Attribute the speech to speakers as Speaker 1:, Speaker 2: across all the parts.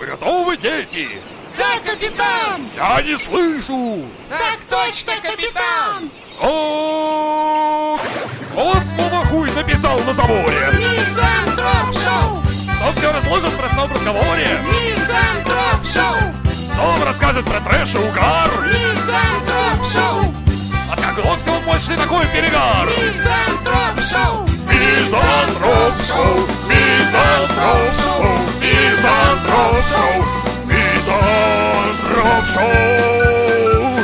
Speaker 1: Готовы, дети?
Speaker 2: Да, капитан!
Speaker 1: Я не слышу!
Speaker 2: Так точно, капитан!
Speaker 1: О, Вот слабохуй написал на заборе!
Speaker 2: Мизантроп шоу!
Speaker 1: Кто все расслышит в простом разговоре?
Speaker 2: Мизантроп шоу!
Speaker 1: Кто вам расскажет про трэш и угар?
Speaker 2: Мизантроп шоу!
Speaker 1: От какого всего мощный такой перегар?
Speaker 2: Мизантроп шоу!
Speaker 1: Мизантроп шоу, мизантроп шоу, мизантроп шоу, мизантроп шоу.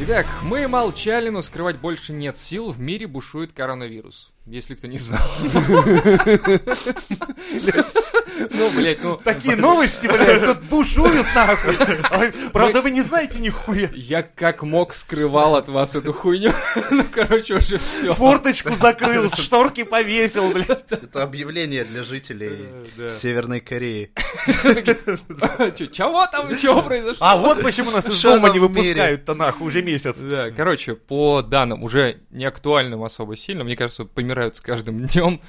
Speaker 3: Итак, мы молчали, но скрывать больше нет сил. В мире бушует коронавирус. Если кто не знал. Ну, блядь, ну...
Speaker 4: Такие новости, блядь, тут бушуют нахуй. Ой, Правда, вы не знаете нихуя.
Speaker 3: Я как мог скрывал от вас эту хуйню. Ну, короче, уже все.
Speaker 4: Форточку закрыл, шторки повесил, блядь.
Speaker 5: Это объявление для жителей Северной Кореи.
Speaker 3: Чего там? Чего произошло?
Speaker 4: А вот почему нас из
Speaker 5: Шо
Speaker 4: дома
Speaker 5: там
Speaker 4: не
Speaker 5: в мире?
Speaker 4: выпускают-то нахуй уже месяц.
Speaker 3: Да, короче, по данным, уже не актуальным особо сильно, мне кажется, помирают с каждым днем.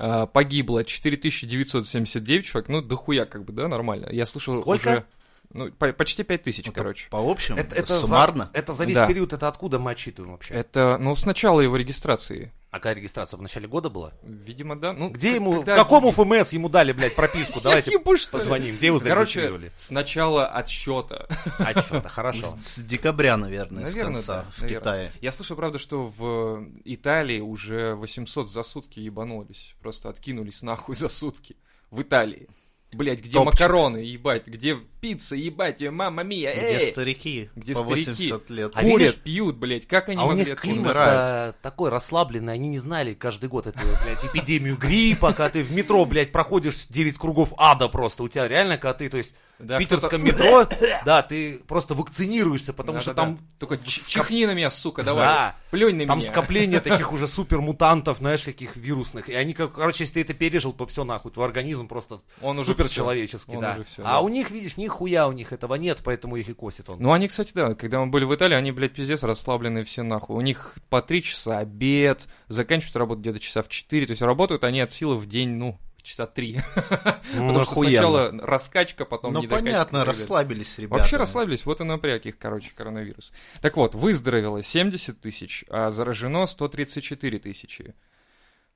Speaker 3: А, Погибло 4979 человек, ну, дохуя как бы, да, нормально. Я слышал
Speaker 4: Сколько?
Speaker 3: уже... Ну, по- почти 5000, короче.
Speaker 5: По общему?
Speaker 4: Это, это за-
Speaker 5: Суммарно?
Speaker 4: это за весь
Speaker 3: Да.
Speaker 4: период, это откуда мы отчитываем вообще?
Speaker 3: Это, ну, с начала его регистрации.
Speaker 4: А какая регистрация в начале года была?
Speaker 3: Видимо, да. Ну,
Speaker 4: Где
Speaker 3: к-
Speaker 4: ему,
Speaker 3: когда-
Speaker 4: какому ФМС ему дали, блядь, прописку? Давайте
Speaker 3: ебу, что ли?
Speaker 4: позвоним. Где его
Speaker 3: Короче,
Speaker 4: зарегистрировали?
Speaker 3: с начала отсчета.
Speaker 4: А что-то хорошо.
Speaker 5: С с декабря, наверное, с
Speaker 3: Наверное,
Speaker 5: конца.
Speaker 3: да,
Speaker 5: В
Speaker 3: наверное.
Speaker 5: Китае.
Speaker 3: Я слышал, правда, что в Италии уже 800 за сутки ебанулись. Просто откинулись нахуй за сутки. В Италии. Блять, где
Speaker 5: Топчик.
Speaker 3: макароны, ебать, где пицца, ебать, её, мама мия,
Speaker 5: Где
Speaker 3: эй!
Speaker 5: старики
Speaker 3: Где
Speaker 5: по
Speaker 3: старики?
Speaker 5: 80 лет.
Speaker 4: А
Speaker 3: Курят,
Speaker 4: видишь?
Speaker 3: пьют, блять, как они
Speaker 4: А у
Speaker 3: могли
Speaker 4: них
Speaker 3: откуда-
Speaker 4: климат э, такой расслабленный, они не знали каждый год эту, блядь, эпидемию гриппа, когда ты в метро, блядь, проходишь 9 кругов ада просто, у тебя реально, когда ты, то есть,
Speaker 3: Да,
Speaker 4: в питерском
Speaker 3: кто-то-
Speaker 4: метро, да, ты просто вакцинируешься, потому что
Speaker 3: Да-да-да.
Speaker 4: там,
Speaker 3: Только ч- чихни на меня, сука, давай.
Speaker 4: Да.
Speaker 3: Плюнь на
Speaker 4: там
Speaker 3: меня.
Speaker 4: скопление таких уже супермутантов, знаешь, каких вирусных, и они, как- короче, если ты это пережил, то все нахуй, твой организм просто
Speaker 3: Он уже
Speaker 4: суперчеловеческий,
Speaker 3: всё, он
Speaker 4: да.
Speaker 3: уже всё,
Speaker 4: а
Speaker 3: да.
Speaker 4: у них, видишь, нихуя у них этого нет, поэтому их и косит он.
Speaker 3: Ну, они, кстати, да, когда мы были в Италии, они, блядь, пиздец расслабленные все нахуй. У них по три часа обед, заканчивают работу где-то часа в 4, то есть работают они от силы в день, ну, часа три. Потому что
Speaker 4: Ну, охуенно.
Speaker 3: сначала раскачка, потом
Speaker 5: Ну,
Speaker 3: недокачка.
Speaker 5: понятно,
Speaker 3: Ребят.
Speaker 5: расслабились ребята.
Speaker 3: Вообще расслабились, вот и напряг их, короче, коронавирус. Так вот, выздоровело 70 тысяч, а заражено 134 тысячи.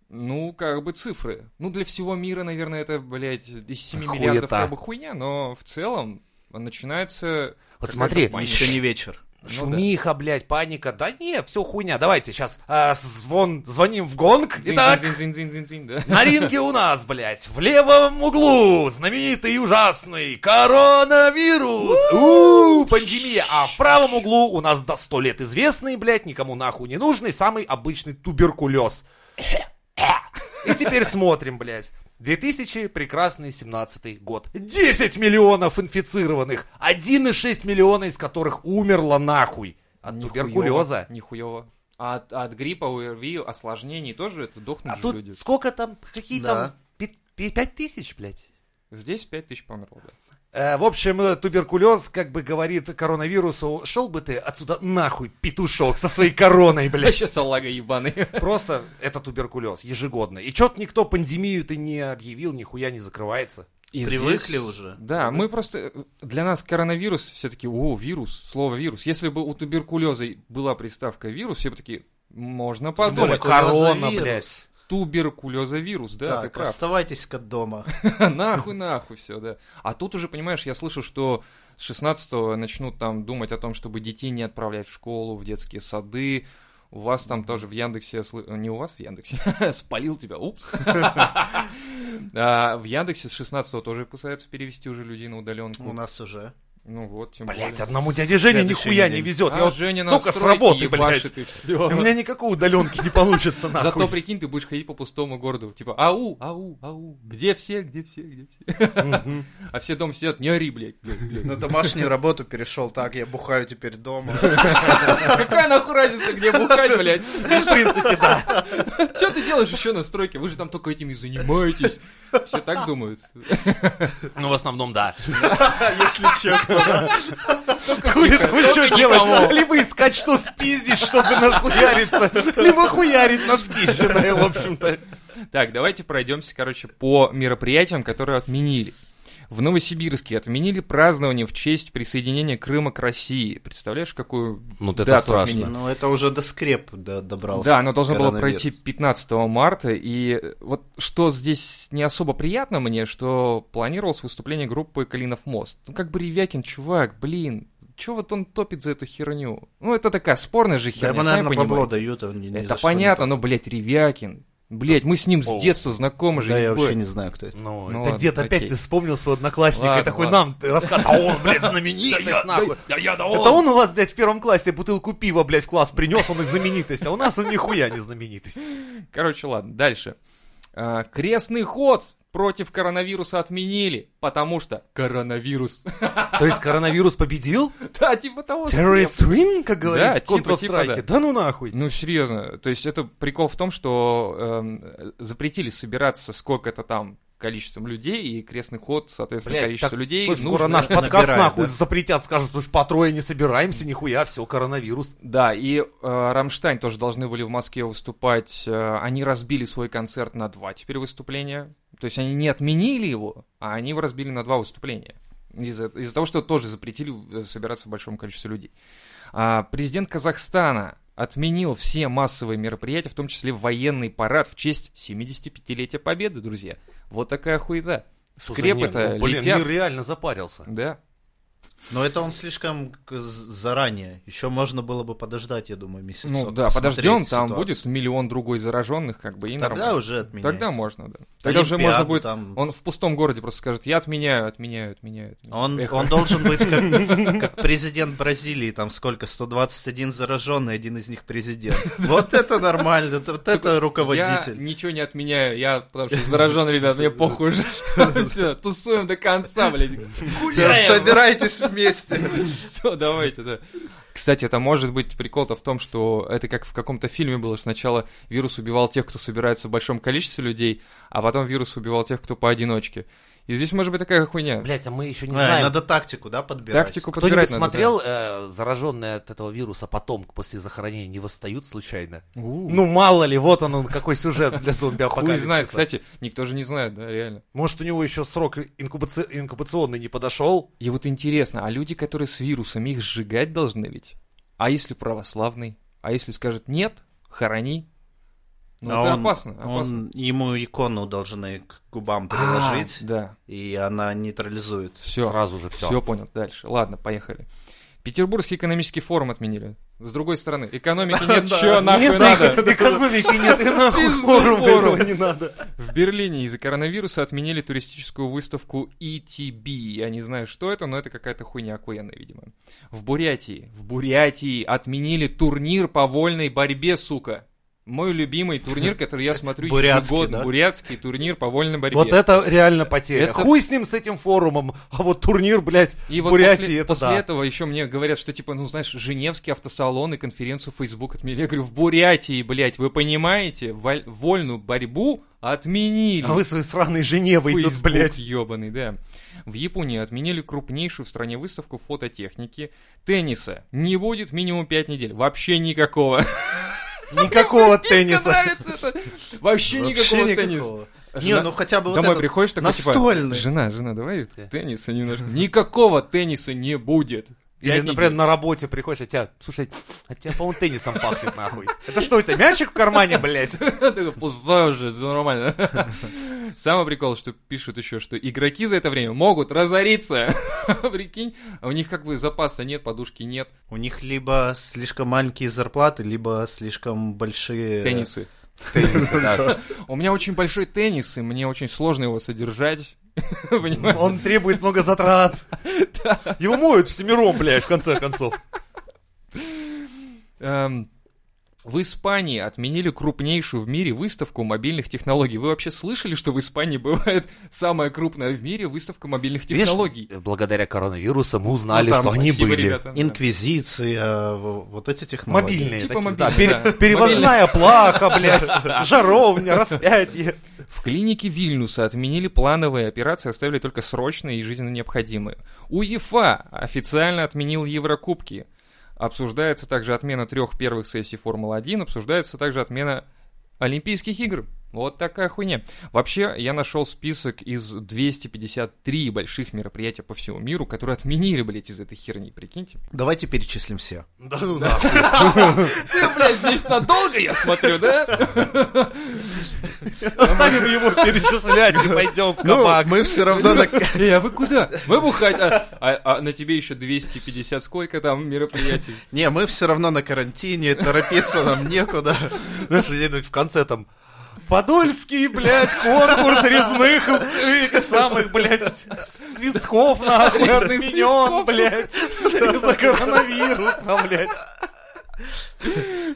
Speaker 3: Ну, как бы цифры. Ну, для всего мира, наверное, это, блядь, из 7
Speaker 4: Хуета.
Speaker 3: миллиардов как бы хуйня, но в целом начинается...
Speaker 4: Вот смотри,
Speaker 3: какая-то
Speaker 5: Еще не вечер.
Speaker 3: Ну да.
Speaker 4: Шумиха, блядь, паника. Да не, все хуйня. Давайте сейчас звон, звоним в гонг.
Speaker 3: Дзинь,
Speaker 4: Итак,
Speaker 3: дзинь, дзинь, дзинь, дзинь, дзинь, да.
Speaker 4: на ринге у нас, блядь, в левом углу знаменитый и ужасный коронавирус. У, Пандемия. А в правом углу у нас до 100 лет известный, блядь, никому нахуй не нужный, самый обычный туберкулез. И теперь смотрим, блядь. 2000 прекрасный 17 год. 10 миллионов инфицированных, 1,6 миллиона из которых умерло нахуй от
Speaker 3: Нихуёво,
Speaker 4: туберкулеза.
Speaker 3: Нихуёво. А от, от гриппа, ОРВИ, осложнений тоже это дохнут
Speaker 4: А
Speaker 3: же
Speaker 4: тут
Speaker 3: люди.
Speaker 4: сколько там, какие
Speaker 5: Да.
Speaker 4: там, пи- пи- пять тысяч, блядь?
Speaker 3: Здесь 5 тысяч померло, да.
Speaker 4: Э, в общем, э, туберкулез, как бы говорит коронавирусу, шел бы ты отсюда нахуй, петушок, со своей короной, блядь.
Speaker 3: Вообще салага ебаный.
Speaker 4: Просто это туберкулез, ежегодно. И чё-то никто пандемию-то не объявил, нихуя не закрывается.
Speaker 3: И
Speaker 5: Привыкли уже?
Speaker 3: Да, мы просто... э, Для нас коронавирус все-таки, о, вирус, слово вирус. Если бы у туберкулеза была приставка вирус, все бы такие, можно
Speaker 5: более
Speaker 3: подумать.
Speaker 4: корона,
Speaker 5: Туберкулеза
Speaker 4: блядь.
Speaker 3: Туберкулеза вирус, да, ты
Speaker 5: Так,
Speaker 3: прав.
Speaker 5: оставайтесь-ка дома.
Speaker 3: Нахуй, нахуй все, да. А тут уже, понимаешь, я слышу, что с 16 начнут там думать о том, чтобы детей не отправлять в школу, в детские сады. У вас там тоже в Яндексе... сл- Не у вас в Яндексе. Спалил тебя, упс. А, В Яндексе с 16 тоже пытаются перевести уже людей на удаленку.
Speaker 5: У нас уже.
Speaker 3: Ну вот, тем
Speaker 4: Блять,
Speaker 3: более.
Speaker 4: одному дяде Жене
Speaker 5: Следующей
Speaker 4: нихуя не
Speaker 5: неделе.
Speaker 4: везет.
Speaker 3: А
Speaker 4: Я вот
Speaker 3: Женя
Speaker 4: только с
Speaker 3: настройки
Speaker 4: работы, блядь.
Speaker 3: ебашит, и всё.
Speaker 4: У меня никакой удаленки не получится, нахуй.
Speaker 3: Зато прикинь, ты будешь ходить по пустому городу, типа ау, ау, ау, где все, где все, где все. А все дом сидят, не ори, блядь, блядь, блядь.
Speaker 5: На домашнюю работу перешел так, я бухаю теперь дома.
Speaker 3: Какая нахуй разница, где бухать, блядь?
Speaker 4: В принципе, да.
Speaker 3: Что ты делаешь еще на стройке? Вы же там только этим и занимаетесь. Все так думают.
Speaker 4: Ну, в основном, да.
Speaker 5: Если честно.
Speaker 4: Хули там еще
Speaker 3: никого.
Speaker 4: делать? Либо искать, что спиздить, чтобы нахуяриться, либо хуярить на спизженное, в общем-то.
Speaker 3: Так, давайте пройдемся, короче, по мероприятиям, которые отменили. В Новосибирске отменили празднование в честь присоединения Крыма к России. Представляешь, какую
Speaker 4: Ну,
Speaker 3: это Дату страшно. отменили.
Speaker 5: Ну, это уже до скреп до- добрался.
Speaker 3: Да, оно должно было
Speaker 5: коронавирус.
Speaker 3: пройти 15 марта, и э, вот что здесь не особо приятно мне, что планировалось выступление группы «Калинов мост». Ну как бы Ревякин, чувак, блин, чё вот он топит за эту херню? Ну это такая спорная же
Speaker 5: Да,
Speaker 3: херня,
Speaker 5: ему,
Speaker 3: сами
Speaker 5: наверное, бабло
Speaker 3: понимаете.
Speaker 5: дают. он ни- ни за
Speaker 3: это
Speaker 5: что не
Speaker 3: понятно, но, блядь, Ревякин. Блядь, мы с ним
Speaker 4: О.
Speaker 3: с детства знакомы
Speaker 5: топит.
Speaker 3: же.
Speaker 5: Да, я
Speaker 3: ебать.
Speaker 5: вообще не знаю, кто это.
Speaker 3: Ну
Speaker 4: Ну, это
Speaker 3: ладно,
Speaker 4: дед опять
Speaker 3: окей.
Speaker 4: ты вспомнил своего одноклассника и
Speaker 3: Ладно,
Speaker 4: такой
Speaker 3: ладно.
Speaker 4: нам ты рассказывал, а он, блядь, знаменитость, нахуй.
Speaker 1: Да я, да
Speaker 4: Это он у вас, блядь, в первом классе бутылку пива, блядь, в класс принес, он и знаменитость, а у нас он нихуя не знаменитость.
Speaker 3: Короче, ладно, дальше. А, крестный ход против коронавируса отменили, потому что коронавирус.
Speaker 4: То есть коронавирус победил?
Speaker 3: Да, типа того. что я
Speaker 4: Terrorist win, как
Speaker 3: Да,
Speaker 4: говорится, в
Speaker 3: типа,
Speaker 4: Counter-Strike.
Speaker 3: типа, да.
Speaker 4: Да ну нахуй.
Speaker 3: Ну, серьезно. То есть это прикол в том, что эм, запретили собираться сколько-то там количеством людей, и крестный ход, соответственно,
Speaker 4: Блядь,
Speaker 3: количество
Speaker 4: так,
Speaker 3: людей
Speaker 4: слушай,
Speaker 3: нужно.
Speaker 4: скоро наш подкаст
Speaker 5: Набирает,
Speaker 4: нахуй
Speaker 5: да.
Speaker 4: запретят, скажут, уж по трое не собираемся, нихуя, все, коронавирус.
Speaker 3: Да, и э, Рамштайн тоже должны были в Москве выступать. Э, они разбили свой концерт на два теперь выступления. То есть они не отменили его, а они его разбили на два выступления. Из-за из-за того, что тоже запретили э, собираться в большом количестве людей. А, президент Казахстана отменил все массовые мероприятия, в том числе военный парад в честь 75-летия Победы, друзья. Вот такая хуета. Скрепы-то
Speaker 4: Слушай, не, ну, Блин,
Speaker 3: летят.
Speaker 4: мир реально запарился.
Speaker 3: Да.
Speaker 5: Но это он слишком к- з- заранее. Еще можно было бы подождать, я думаю, месяц.
Speaker 3: Ну да, подождем, там будет миллион другой зараженных, как бы и
Speaker 5: Тогда
Speaker 3: нормально.
Speaker 5: уже отменять.
Speaker 3: Тогда можно, да. Тогда уже
Speaker 5: Олимпиаду
Speaker 3: можно будет.
Speaker 5: там.
Speaker 3: Он в пустом городе просто скажет: Я отменяю, отменяю, отменяю. отменяю».
Speaker 5: Он,
Speaker 3: Эх,
Speaker 5: он должен быть как, как президент Бразилии, там сколько, 121 зараженный, один из них президент. Вот это нормально, это- вот это
Speaker 3: Я
Speaker 5: руководитель.
Speaker 3: ничего не отменяю, я потому что заражен, ребят, мне похуй уже. Все, тусуем до конца, блядь.
Speaker 5: Всё, Собирайтесь вместе.
Speaker 3: Все, давайте, да. Кстати, это может быть прикол-то в том, что это как в каком-то фильме было, что сначала вирус убивал тех, кто собирается в большом количестве людей, а потом вирус убивал тех, кто поодиночке. И здесь может быть такая хуйня.
Speaker 4: Блять, а мы еще не
Speaker 5: А,
Speaker 4: знаем.
Speaker 5: Надо тактику, да, подбирать?
Speaker 3: Тактику подбирать
Speaker 4: Кто-нибудь
Speaker 3: надо, да.
Speaker 4: смотрел, э, зараженные от этого вируса потом, после захоронения, не восстают случайно?
Speaker 3: У,
Speaker 4: Ну, мало ли, вот он, он, какой сюжет для зомби
Speaker 3: Хуй знает, кстати, никто же не знает, да, реально.
Speaker 4: Может, у него еще срок инкубаци- инкубационный не подошел?
Speaker 3: И вот интересно, а люди, которые с вирусами, их сжигать должны ведь? А если православный? А если скажет нет, хорони? Ну
Speaker 5: А
Speaker 3: это
Speaker 5: он-
Speaker 3: опасно,
Speaker 5: он-
Speaker 3: опасно. А.
Speaker 5: ему икону должны к губам приложить,
Speaker 3: Да,
Speaker 5: и она нейтрализует.
Speaker 3: все.
Speaker 4: Сразу же все.
Speaker 3: Все понял, дальше. Ладно, поехали. Петербургский экономический форум отменили. С другой стороны, экономики нет, чё нахуй
Speaker 4: Нет,
Speaker 3: надо?
Speaker 4: нахуй, экономики нет, и нахуй
Speaker 3: Пизду
Speaker 4: форум
Speaker 3: форум.
Speaker 4: этого не надо.
Speaker 3: В Берлине из-за коронавируса отменили туристическую выставку ETB. Я не знаю, что это, но это какая-то хуйня охуенная, видимо. В Бурятии, в Бурятии отменили турнир по вольной борьбе, сука. Мой любимый турнир, который я смотрю
Speaker 5: Бурятский,
Speaker 3: ежегодно.
Speaker 5: да?
Speaker 3: Бурятский турнир по вольной борьбе.
Speaker 4: Вот это реально потеря.
Speaker 3: Это-
Speaker 4: Хуй с ним, с этим форумом. А вот турнир, блядь,
Speaker 3: И
Speaker 4: в
Speaker 3: вот
Speaker 4: Бурятии,
Speaker 3: после,
Speaker 4: это
Speaker 3: после
Speaker 4: да.
Speaker 3: этого еще мне говорят, что типа, ну знаешь, Женевский автосалон и конференцию Facebook отменили. Я говорю, в Бурятии, блядь, вы понимаете, воль- вольную борьбу отменили.
Speaker 4: А вы своей сраной Женевой тут,
Speaker 3: Фейсбук
Speaker 4: блядь.
Speaker 3: ёбаный, да. В Японии отменили крупнейшую в стране выставку фототехники. Тенниса не будет минимум 5 недель. Вообще никакого.
Speaker 4: Никакого
Speaker 3: Писька
Speaker 4: тенниса.
Speaker 3: нравится это. Вообще никакого тенниса.
Speaker 5: Не,
Speaker 3: Жена-
Speaker 5: ну хотя бы вот
Speaker 3: Домой
Speaker 5: этот
Speaker 3: приходишь такой, типа,
Speaker 5: настольный.
Speaker 3: жена, жена, давай тенниса немножко. Никакого тенниса не будет.
Speaker 4: Или,
Speaker 3: Пять
Speaker 4: например,
Speaker 3: недель.
Speaker 4: на работе приходишь, а тебя, слушай, а тебя, по-моему, теннисом пахнет, нахуй. Это что, это мячик в кармане, блядь?
Speaker 3: Такой, Пустой уже, все нормально. Самый прикол, что пишут еще, что игроки за это время могут разориться. Прикинь, а у них как бы запаса нет, подушки нет,
Speaker 5: У них либо слишком маленькие зарплаты, либо слишком большие...
Speaker 3: теннисы.
Speaker 4: Теннис, да.
Speaker 3: У меня очень большой теннис, и мне очень сложно его содержать. Понимаешь?
Speaker 4: Он требует много затрат. Его моют всемиром, блядь, в конце концов.
Speaker 3: Эм, В Испании отменили крупнейшую в мире выставку мобильных технологий. Вы вообще слышали, что в Испании бывает самая крупная в мире выставка мобильных технологий?
Speaker 4: благодаря коронавирусу мы узнали,
Speaker 5: Ну, там
Speaker 4: что они
Speaker 3: Спасибо,
Speaker 4: были.
Speaker 3: ребята. Да.
Speaker 5: Инквизиция, в- а, вот эти технологии.
Speaker 4: Мобильные.
Speaker 3: Типа
Speaker 4: такие,
Speaker 3: мобильные,
Speaker 4: да, пере-
Speaker 3: да.
Speaker 4: Перевозная плаха, блядь, жаровня, распятие.
Speaker 3: В клинике Вильнюса отменили плановые операции, оставили только срочные и жизненно необходимые. УЕФА официально отменил Еврокубки. Обсуждается также отмена трех первых сессий Формулы-1, обсуждается также отмена Олимпийских игр. Вот такая хуйня. Вообще, я нашел список из 253 больших мероприятий по всему миру, которые отменили, блядь, из этой херни, прикиньте.
Speaker 5: Давайте перечислим все.
Speaker 4: Да ну да.
Speaker 3: Ты, блядь, здесь надолго, я смотрю, да?
Speaker 4: Оставим его перечислять и пойдем в
Speaker 3: Ну,
Speaker 4: кабак.
Speaker 5: мы все равно так...
Speaker 3: Эй, а вы куда? Вы бухать, а, а- а на тебе еще 250 сколько там мероприятий?
Speaker 5: Не, мы все равно на карантине, торопиться нам некуда.
Speaker 4: Знаешь, где-нибудь в конце там Подольский, блядь, конкурс резных и этих самых, блядь, свистков нахуй,
Speaker 3: Резных
Speaker 4: отменен,
Speaker 3: свистков,
Speaker 4: блядь, из-за коронавируса, блядь.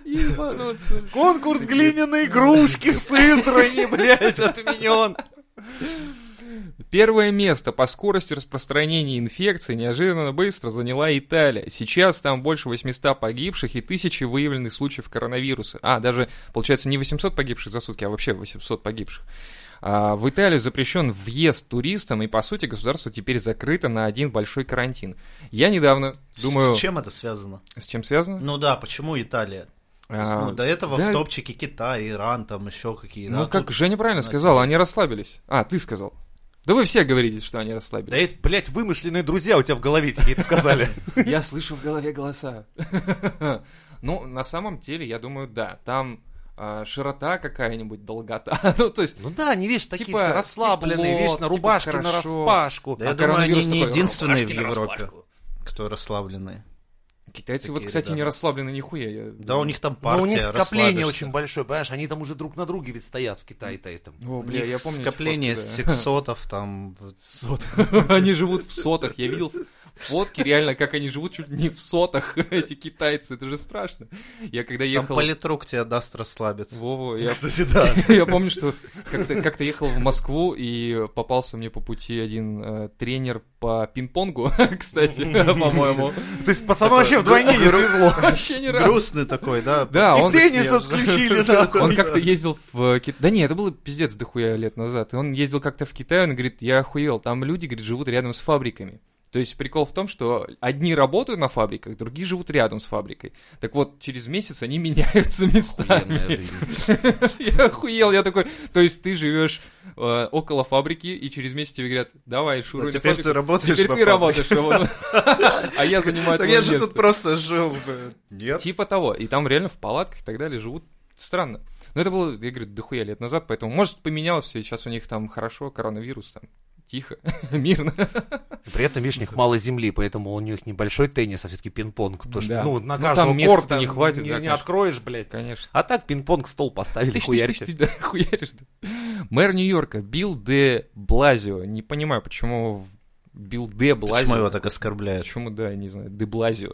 Speaker 3: Ебануться.
Speaker 4: Конкурс глиняной игрушки в Сызрани, блядь, отменен.
Speaker 3: Первое место по скорости распространения инфекции неожиданно быстро заняла Италия. Сейчас там больше 800 погибших и тысячи выявленных случаев коронавируса. А, даже, получается, не 800 погибших за сутки, а вообще 800 погибших. А, В Италию запрещен въезд туристам, и, по сути, государство теперь закрыто на один большой карантин. Я недавно, думаю...
Speaker 5: С чем это связано?
Speaker 3: С чем связано?
Speaker 5: Ну да, почему Италия? То есть,
Speaker 3: А,
Speaker 5: ну, до этого
Speaker 3: да.
Speaker 5: в топчике Китай, Иран, там еще какие-то.
Speaker 3: ну,
Speaker 5: а
Speaker 3: как
Speaker 5: тут-
Speaker 3: Женя правильно
Speaker 5: на
Speaker 3: сказала, они расслабились. А, ты сказал. Да вы все говорите, что они
Speaker 4: Да
Speaker 3: расслабились.
Speaker 4: это, блядь, вымышленные друзья у тебя в голове тебе это сказали.
Speaker 3: Я слышу в голове голоса. Ну, на самом деле, я думаю, да. Там а, широта какая-нибудь, долгота. Ну, то есть...
Speaker 4: Ну да, они, видишь, такие
Speaker 3: Типа
Speaker 4: все расслабленные,
Speaker 3: тепло,
Speaker 4: вечно
Speaker 3: типа
Speaker 4: рубашки на
Speaker 3: хорошо.
Speaker 4: распашку.
Speaker 5: Да я
Speaker 3: а
Speaker 5: думаю, они
Speaker 3: коронавирус
Speaker 5: не
Speaker 3: такой,
Speaker 5: единственные в
Speaker 3: «Рубашки на
Speaker 5: Европе,
Speaker 3: распашку».
Speaker 5: кто расслабленные.
Speaker 3: Китайцы вот,
Speaker 5: Такие
Speaker 3: кстати, не
Speaker 5: ребята.
Speaker 3: расслаблены нихуя. я-
Speaker 5: Да, у них там
Speaker 4: Но
Speaker 5: партия,
Speaker 4: Ну, у них скопление
Speaker 5: расслабишься.
Speaker 4: очень большое, понимаешь, они там уже друг на друге ведь стоят в Китае-то этом.
Speaker 3: О,
Speaker 5: У
Speaker 3: бля,
Speaker 5: них
Speaker 3: я помню эти
Speaker 5: скопление
Speaker 3: фотки, да.
Speaker 5: сексотов там. вот.
Speaker 3: Сот. Они живут в сотах. Я видел фотки реально, как они живут чуть не в сотах, эти китайцы. Это же страшно. Я когда
Speaker 5: Там
Speaker 3: ехал...
Speaker 5: политрук тебе даст расслабиться.
Speaker 3: Вова, я
Speaker 4: Кстати, да.
Speaker 3: Я помню, что как-то как-то ехал в Москву, и попался мне по пути один э, тренер по пинг-понгу, кстати, по-моему.
Speaker 4: То есть пацану вообще вдвойне не свезло.
Speaker 3: Вообще не раз.
Speaker 5: Грустный такой, да?
Speaker 3: Да,
Speaker 4: И
Speaker 3: А, он...
Speaker 4: теннис отключили, да.
Speaker 3: Он как-то ездил в Китай. Да не, это было пиздец дохуя лет назад. И он ездил как-то в Китай, он говорит, я охуел, там люди, говорит, живут рядом с фабриками. То есть прикол в том, что одни работают на фабриках, другие живут рядом с фабрикой. Так вот, через месяц они меняются местами. Я охуел, я такой, то есть ты живешь э, около фабрики, и через месяц тебе говорят, давай, шуруй на
Speaker 5: теперь
Speaker 3: фабрику».
Speaker 5: ты работаешь
Speaker 3: Теперь
Speaker 5: на
Speaker 3: ты
Speaker 5: фабрике.
Speaker 3: работаешь, вот. а я занимаю
Speaker 5: Так
Speaker 3: твое
Speaker 5: я же тут
Speaker 3: место.
Speaker 5: просто жил бы. Нет.
Speaker 3: Типа того, и там реально в палатках и так далее живут странно. Но это было, я говорю, дохуя лет назад, поэтому, может, поменялось все, и сейчас у них там хорошо, коронавирус там тихо, мирно.
Speaker 4: При этом, видишь, у них мало земли, поэтому у них небольшой теннис, а все-таки пинг-понг. Потому что,
Speaker 3: Да.
Speaker 4: ну, на
Speaker 3: Ну,
Speaker 4: каждого
Speaker 3: там места-то
Speaker 4: корта
Speaker 3: не хватит, да,
Speaker 4: не, не
Speaker 3: конечно.
Speaker 4: откроешь, блядь.
Speaker 3: Конечно.
Speaker 4: А так пинг-понг стол поставили,
Speaker 3: Тыщ, тыщ,
Speaker 4: хуярь.
Speaker 3: тыщ, тыщ, да, хуяришь, да. Мэр Нью-Йорка Билл Де Блазио. Не понимаю, почему Билл Де Блазио.
Speaker 5: Почему его так
Speaker 4: Э,
Speaker 5: оскорбляют?
Speaker 3: Почему, да, я не знаю, деблазио.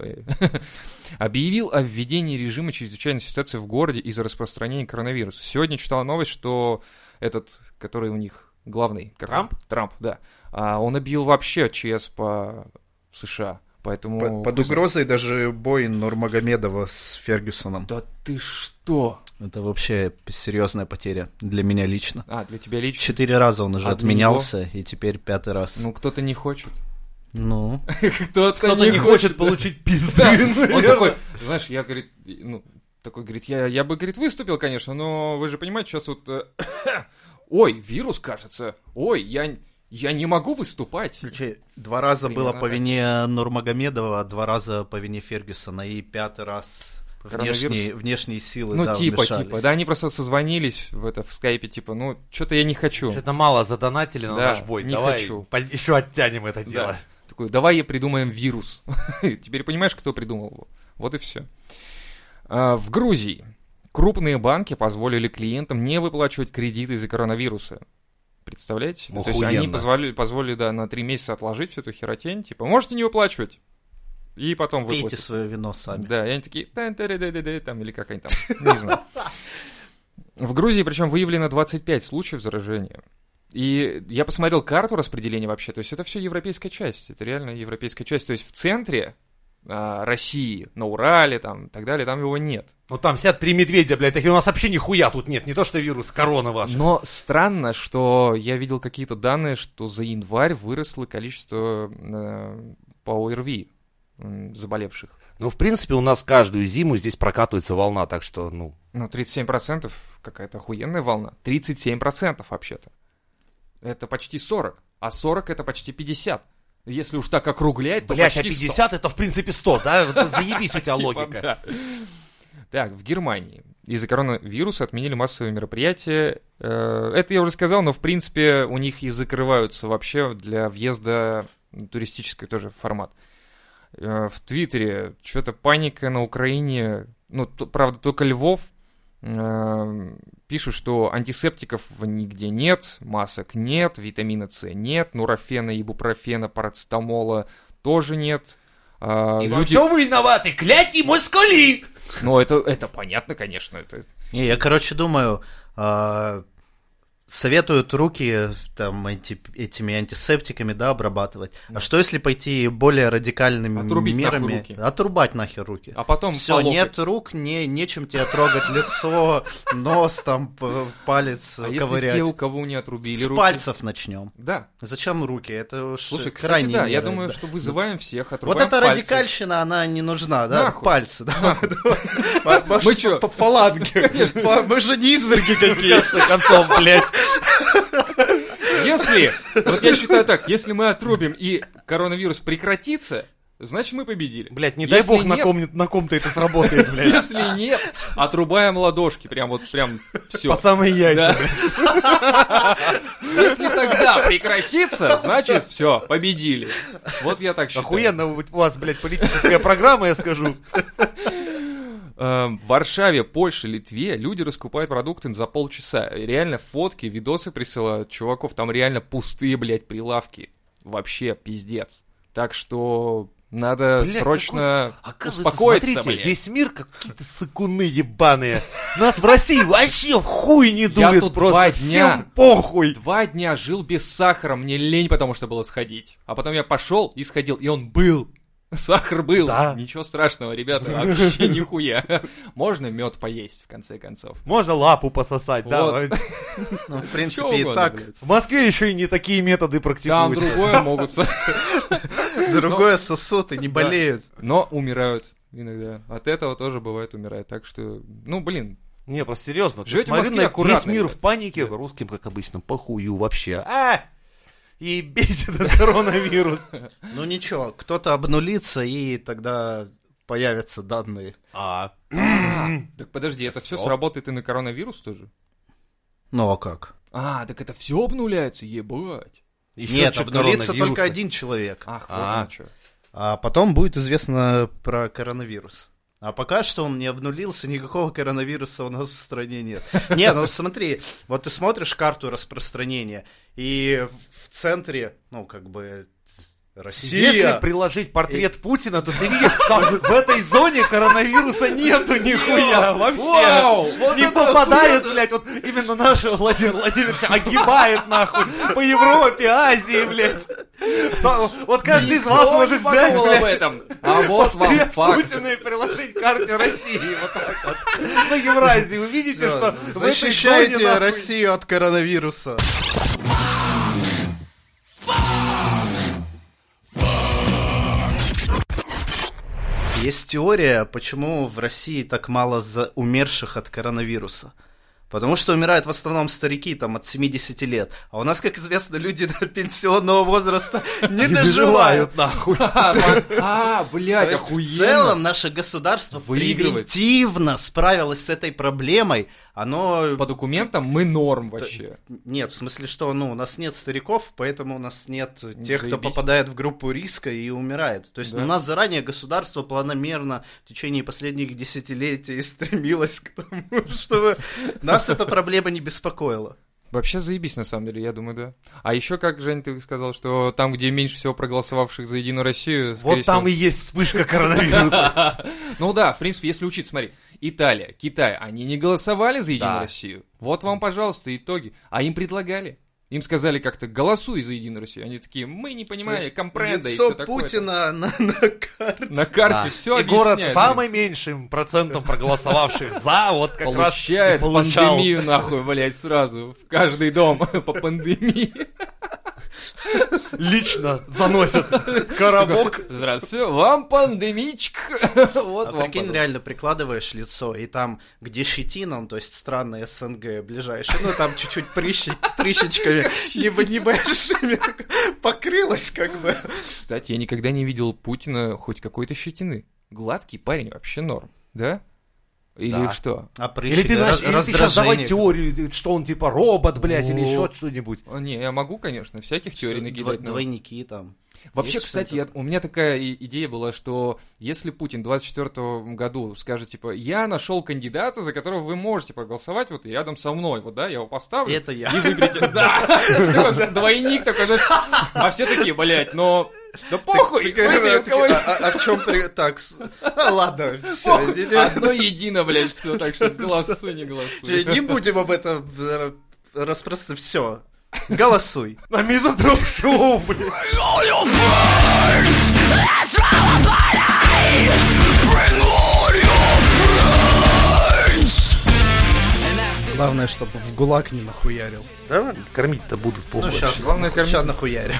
Speaker 3: Объявил о введении режима чрезвычайной ситуации в городе из-за распространения коронавируса. Сегодня читала новость, что этот, который у них главный... как
Speaker 4: Трамп?
Speaker 3: он? Трамп, да. А, Он объявил вообще ЧС по США, поэтому...
Speaker 5: Под, под
Speaker 3: хуй знает.
Speaker 5: угрозой даже бой Нурмагомедова с Фергюсоном.
Speaker 3: Да ты что?
Speaker 5: Это вообще серьезная потеря для меня лично.
Speaker 3: А, для тебя лично?
Speaker 5: Четыре раза он уже
Speaker 3: От
Speaker 5: отменялся, и теперь пятый раз.
Speaker 3: Ну, кто-то не хочет.
Speaker 5: Ну.
Speaker 3: Кто-то,
Speaker 4: Кто-то не хочет получить пизды.
Speaker 3: Да,
Speaker 4: наверное.
Speaker 3: Он такой, знаешь, я, говорит, ну, такой, говорит, я, я бы, говорит, выступил, конечно, но вы же понимаете, сейчас вот... э, Ой, вирус, кажется. Ой, я, я не могу выступать.
Speaker 5: Ключи. Два раза
Speaker 3: Примерно
Speaker 5: было по
Speaker 3: так.
Speaker 5: вине Нурмагомедова, два раза по вине Фергюсона, и пятый раз
Speaker 3: Коронавирус.
Speaker 5: внешние, внешние силы
Speaker 3: Ну,
Speaker 5: да,
Speaker 3: типа,
Speaker 5: вмешались.
Speaker 3: типа, да, они просто созвонились в это, в скайпе, типа, ну, что-то я не хочу.
Speaker 4: Что-то мало задонатили на
Speaker 3: Да,
Speaker 4: наш бой.
Speaker 3: не
Speaker 4: Давай
Speaker 3: хочу.
Speaker 4: еще оттянем это
Speaker 3: Да.
Speaker 4: дело.
Speaker 3: Такой, давай я придумаем вирус. Теперь понимаешь, кто придумал его. Вот и все. В Грузии крупные банки позволили клиентам не выплачивать кредиты из-за коронавируса. Представляете себе?
Speaker 4: Ну,
Speaker 3: То есть они
Speaker 4: охуенно.
Speaker 3: позволили, позволили, да, на три месяца отложить всю эту херотень, типа, можете не выплачивать. И потом
Speaker 5: Пейте
Speaker 3: выплатить.
Speaker 5: свое вино сами.
Speaker 3: Да, и они такие, «Тан-таря-да-да-да», там, или как они там, не знаю. В Грузии, причем, выявлено 25 случаев заражения. И я посмотрел карту распределения вообще, то есть это все европейская часть, это реально европейская часть. То есть в центре а, России, на Урале там и так далее, там его нет.
Speaker 4: Ну там сидят три медведя, блядь, такие у нас вообще нихуя тут нет, не то А что вирус, корона ваш.
Speaker 3: Но странно, что я видел какие-то данные, что за январь выросло количество э, по ОРВИ м, заболевших.
Speaker 4: Ну, в принципе, у нас каждую зиму здесь прокатывается волна, так что, ну...
Speaker 3: Ну, 37% какая-то охуенная волна. 37% вообще-то. Это почти 40. А 40 это почти 50. Если уж так округлять, то
Speaker 4: Блять, а
Speaker 3: почти 100.
Speaker 4: 50 это в принципе 100, да? Вот Заебись у тебя
Speaker 3: Типа,
Speaker 4: логика.
Speaker 3: да. Так, в Германии из-за коронавируса отменили массовые мероприятия. Э, Это я уже сказал, но в принципе у них и закрываются вообще для въезда туристический тоже формат. Э, В Твиттере что-то паника на Украине. Ну, т- правда, только Львов. Э, Пишут, что антисептиков нигде нет, масок нет, витамина С нет, нурофена, ибупрофена, парацетамола тоже нет. Э,
Speaker 4: И во
Speaker 3: люди-
Speaker 4: чем вы виноваты? Кляки москали!
Speaker 3: ну, это, это понятно, конечно. Это...
Speaker 5: Не, я, короче, думаю, а, советуют руки там анти- этими антисептиками, да, обрабатывать. А что если пойти более радикальными
Speaker 3: Отрубить нахуй
Speaker 5: мерами?
Speaker 3: руки.
Speaker 5: Отрубать нахер руки.
Speaker 3: А потом
Speaker 5: Все,
Speaker 3: по локоть.
Speaker 5: нет рук, не, нечем тебе трогать лицо, нос, там, п- палец
Speaker 3: А если
Speaker 5: ковырять.
Speaker 3: те, у кого не отрубили
Speaker 5: С
Speaker 3: руки?
Speaker 5: пальцев начнем.
Speaker 3: Да.
Speaker 5: Зачем руки? Это уж
Speaker 3: Слушай, кстати,
Speaker 5: крайне
Speaker 3: да, я
Speaker 5: меры,
Speaker 3: думаю,
Speaker 5: да.
Speaker 3: что вызываем всех,
Speaker 5: Вот
Speaker 3: отрубаем
Speaker 5: эта
Speaker 3: пальцы.
Speaker 5: радикальщина, она не нужна, да?
Speaker 3: Нахуй.
Speaker 5: Пальцы, да?
Speaker 3: Мы чё?
Speaker 5: По фаланге. По- Мы же не изверги какие-то.
Speaker 4: концов, блядь.
Speaker 3: Если, вот я считаю так, если мы отрубим и коронавирус прекратится, значит мы победили.
Speaker 4: Блядь, не дай
Speaker 3: Если
Speaker 4: бог на
Speaker 3: нет-
Speaker 4: ком- на ком-то это сработает, блядь.
Speaker 3: Если нет, отрубаем ладошки, прям вот, прям все.
Speaker 4: По самые яйца.
Speaker 3: Если тогда прекратится, значит все, победили. Вот я так считаю.
Speaker 4: Охуенно у вас, блядь, политическая программа, я скажу.
Speaker 3: Э, В Варшаве, Польше, Литве люди раскупают продукты за полчаса. Реально фотки, видосы присылают чуваков. Там реально пустые, блядь, прилавки. Вообще пиздец. Так что надо
Speaker 4: Блядь,
Speaker 3: срочно
Speaker 4: Оказывается,
Speaker 3: успокоиться,
Speaker 4: смотрите,
Speaker 3: блядь.
Speaker 4: весь мир как какие-то сыкуны ебаные. Нас в России вообще в хуй не
Speaker 3: Я
Speaker 4: дует.
Speaker 3: тут
Speaker 4: просто
Speaker 3: два
Speaker 4: всем
Speaker 3: дня.
Speaker 4: похуй.
Speaker 3: Два дня жил без сахара, мне лень, потому что было сходить. А потом я пошел и сходил, и он был. Сахар был.
Speaker 4: Да.
Speaker 3: Ничего страшного, ребята, вообще нихуя. Можно мед поесть, в конце концов.
Speaker 4: Можно лапу пососать, да.
Speaker 3: Вот.
Speaker 5: Ну, в
Speaker 3: Чё
Speaker 5: принципе, и
Speaker 3: угодно,
Speaker 5: так.
Speaker 3: блядь.
Speaker 4: В Москве еще и не такие методы
Speaker 3: Там
Speaker 4: практикуют.
Speaker 3: другое могут... со-
Speaker 5: Другое сосут и не болеют.
Speaker 3: Но умирают иногда. От этого тоже бывает умирает. Так что, ну, блин,
Speaker 4: Не, просто серьезно. ты
Speaker 3: Живете в
Speaker 4: смотри
Speaker 3: Москве
Speaker 4: на Весь
Speaker 3: аккуратно,
Speaker 4: мир
Speaker 3: ребят.
Speaker 4: в панике, русским, как обычно, похую вообще. А! И бесит этот коронавирус.
Speaker 5: Ну ничего, кто-то обнулится, и тогда появятся данные.
Speaker 4: А.
Speaker 3: так подожди, это все сработает и на коронавирус тоже?
Speaker 5: Ну а как?
Speaker 3: А, так это все обнуляется, ебать.
Speaker 4: Еще
Speaker 5: Нет,
Speaker 3: ну,
Speaker 4: чё
Speaker 5: обнулится
Speaker 4: коронавируса.
Speaker 5: только один человек.
Speaker 3: Ах, вот
Speaker 4: А.
Speaker 3: оно чё.
Speaker 5: А потом будет известно про коронавирус. А пока что он не обнулился, никакого коронавируса у нас в стране нет. Не, ну смотри, вот ты смотришь карту распространения, и в центре, ну как бы,
Speaker 4: Если
Speaker 5: Россия...
Speaker 4: приложить портрет Путина, то ты видишь, там в этой зоне коронавируса нету нихуя вообще.
Speaker 3: Вау, вот
Speaker 4: Не
Speaker 3: это
Speaker 4: попадает, блядь, вот именно нашего Владимира Владимировича огибает нахуй по Европе, Азии, блядь. То- Вот каждый из
Speaker 3: Никто
Speaker 4: вас
Speaker 3: не
Speaker 4: может взять,
Speaker 3: подумал об
Speaker 4: блядь,
Speaker 3: этом. А вот вам
Speaker 4: Привет
Speaker 3: факт.
Speaker 4: Путина и приложить к карте России. Вот так вот. На Евразии увидите, что в этой зоне,
Speaker 5: Защищайте
Speaker 4: нахуй,
Speaker 5: Россию от коронавируса. Есть теория, почему в России так мало за- умерших от коронавируса. Потому что умирают в основном старики там от 70 лет. А у нас, как известно, люди до пенсионного возраста не
Speaker 4: не
Speaker 5: доживают.
Speaker 4: доживают нахуй.
Speaker 3: А, вот- А,
Speaker 5: То
Speaker 3: блядь,
Speaker 5: есть в
Speaker 3: охуенно.
Speaker 5: целом наше государство
Speaker 3: Выигрывает.
Speaker 5: превентивно справилось с этой проблемой. Оно...
Speaker 3: По документам мы норм вообще.
Speaker 5: Нет, в смысле, что ну, у нас нет стариков, поэтому у нас нет тех, кто
Speaker 3: Заебись.
Speaker 5: попадает в группу риска и умирает. То есть
Speaker 3: Да.
Speaker 5: у нас заранее государство планомерно в течение последних десятилетий стремилось к тому, чтобы нас эта проблема не беспокоила.
Speaker 3: Вообще заебись, на самом деле, я думаю, да. А еще, как, Жень, ты сказал, что там, где меньше всего проголосовавших за Единую Россию, скорее
Speaker 4: Вот там
Speaker 3: всего-
Speaker 4: и есть вспышка коронавируса.
Speaker 3: Ну да, в принципе, если учить, смотри, Италия, Китай, они не голосовали за Единую
Speaker 4: Да.
Speaker 3: Россию. Вот вам, пожалуйста, итоги. А им предлагали. Им сказали как-то, голосуй за Единую Россию. Они такие, мы не понимаем, компренда и
Speaker 5: Лицо
Speaker 3: все такое.
Speaker 5: Путина на, на карте.
Speaker 3: На карте
Speaker 4: Да.
Speaker 3: все
Speaker 4: И город с самым меньшим процентом проголосовавших за, вот как раз и
Speaker 3: Получает
Speaker 4: получал.
Speaker 3: пандемию, нахуй, блядь, сразу. В каждый дом по пандемии.
Speaker 4: Лично заносят коробок.
Speaker 3: Здравствуйте, вам пандемичка. Вот
Speaker 5: А
Speaker 3: вам.
Speaker 5: прикинь,
Speaker 3: пожалуйста.
Speaker 5: реально прикладываешь лицо, и там, где щетина, ну, то есть странная СНГ ближайшая, ну, там чуть-чуть прыщи- прыщичками, небо- небольшими, так покрылась как бы.
Speaker 3: Кстати, я никогда не видел Путина хоть какой-то щетины. Гладкий парень, вообще норм, да? Или
Speaker 4: Да.
Speaker 3: что?
Speaker 5: А
Speaker 4: Или
Speaker 5: прыщи,
Speaker 4: ты,
Speaker 5: да,
Speaker 4: знаешь, или ты сейчас давай
Speaker 5: раздражение.
Speaker 4: теорию, что он типа робот, блядь, или
Speaker 3: О.
Speaker 4: еще что-нибудь.
Speaker 3: А, Не, я могу, конечно, всяких
Speaker 5: Что,
Speaker 3: теорий
Speaker 5: дво-
Speaker 3: накидать. но-
Speaker 5: Двойники там.
Speaker 3: Вообще,
Speaker 5: Есть
Speaker 3: кстати,
Speaker 5: что-то?
Speaker 3: я- у меня такая и- идея была, что если Путин в 24 году скажет, типа, я нашел кандидата, за которого вы можете проголосовать, вот и рядом со мной, вот, да, я его поставлю.
Speaker 5: Это я.
Speaker 3: И выберите, да, двойник такой, знаешь, а все такие, блядь, но, да похуй, выберем
Speaker 5: А
Speaker 3: кого-нибудь.
Speaker 5: а- а в чем при... Так, с- а, ладно,
Speaker 3: Похуй,
Speaker 5: все,
Speaker 3: Одно едино, блядь, все, так что голосуй, не голосуй.
Speaker 5: не будем об этом распространять. Все, голосуй.
Speaker 4: На мизотроп шоу, блядь.
Speaker 5: Главное, чтобы в ГУЛАГ не нахуярил.
Speaker 4: Да, кормить-то будут по
Speaker 5: Ну, сейчас,
Speaker 3: Главное, корми-
Speaker 5: сейчас нахуярил.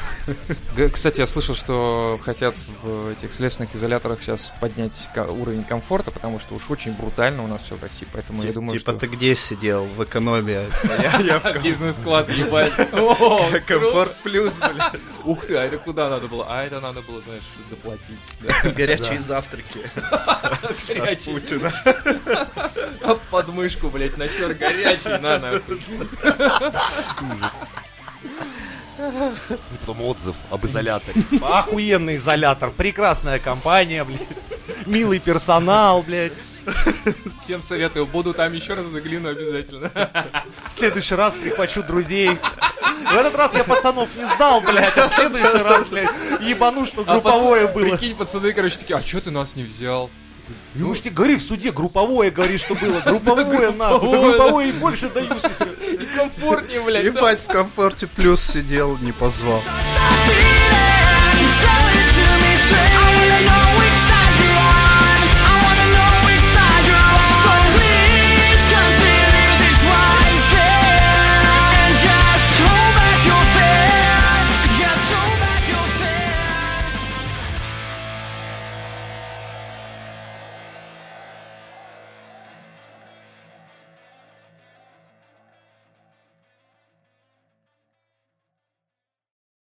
Speaker 3: Г- Кстати, я слышал, что хотят в этих следственных изоляторах сейчас поднять ко- уровень комфорта, потому что уж очень брутально у нас все в России, поэтому я думаю,
Speaker 5: типа,
Speaker 3: что...
Speaker 5: ты где сидел? В экономии. Я, я в ком-
Speaker 3: Бизнес-класс, ебать. О, круто.
Speaker 5: комфорт плюс, блядь.
Speaker 3: Ух ты, а это куда надо было? А это надо было, знаешь, доплатить. да.
Speaker 5: Горячие завтраки.
Speaker 3: Горячий. А подмышку, блядь, натер горячий, на нахуй.
Speaker 4: И потом отзыв об изоляторе. Типа, Охуенный изолятор, прекрасная компания, блядь. Милый персонал, блядь.
Speaker 3: Всем советую, буду там еще раз загляну обязательно.
Speaker 4: В следующий раз прихвачу друзей. В этот раз я пацанов не сдал, блядь, а в следующий раз, блядь, ебану, что
Speaker 3: А
Speaker 4: групповое
Speaker 3: пацаны-
Speaker 4: было.
Speaker 3: Прикинь, пацаны, короче, такие, а что ты нас не взял?
Speaker 4: Ну, мы ж тебе говори в суде, групповое говори, что было. Групповое, нахуй. Да
Speaker 3: групповое,
Speaker 4: групповое и больше дают.
Speaker 3: И комфортнее, блядь. да.
Speaker 5: Ебать, в комфорте плюс сидел, не позвал.
Speaker 2: Stop feeling so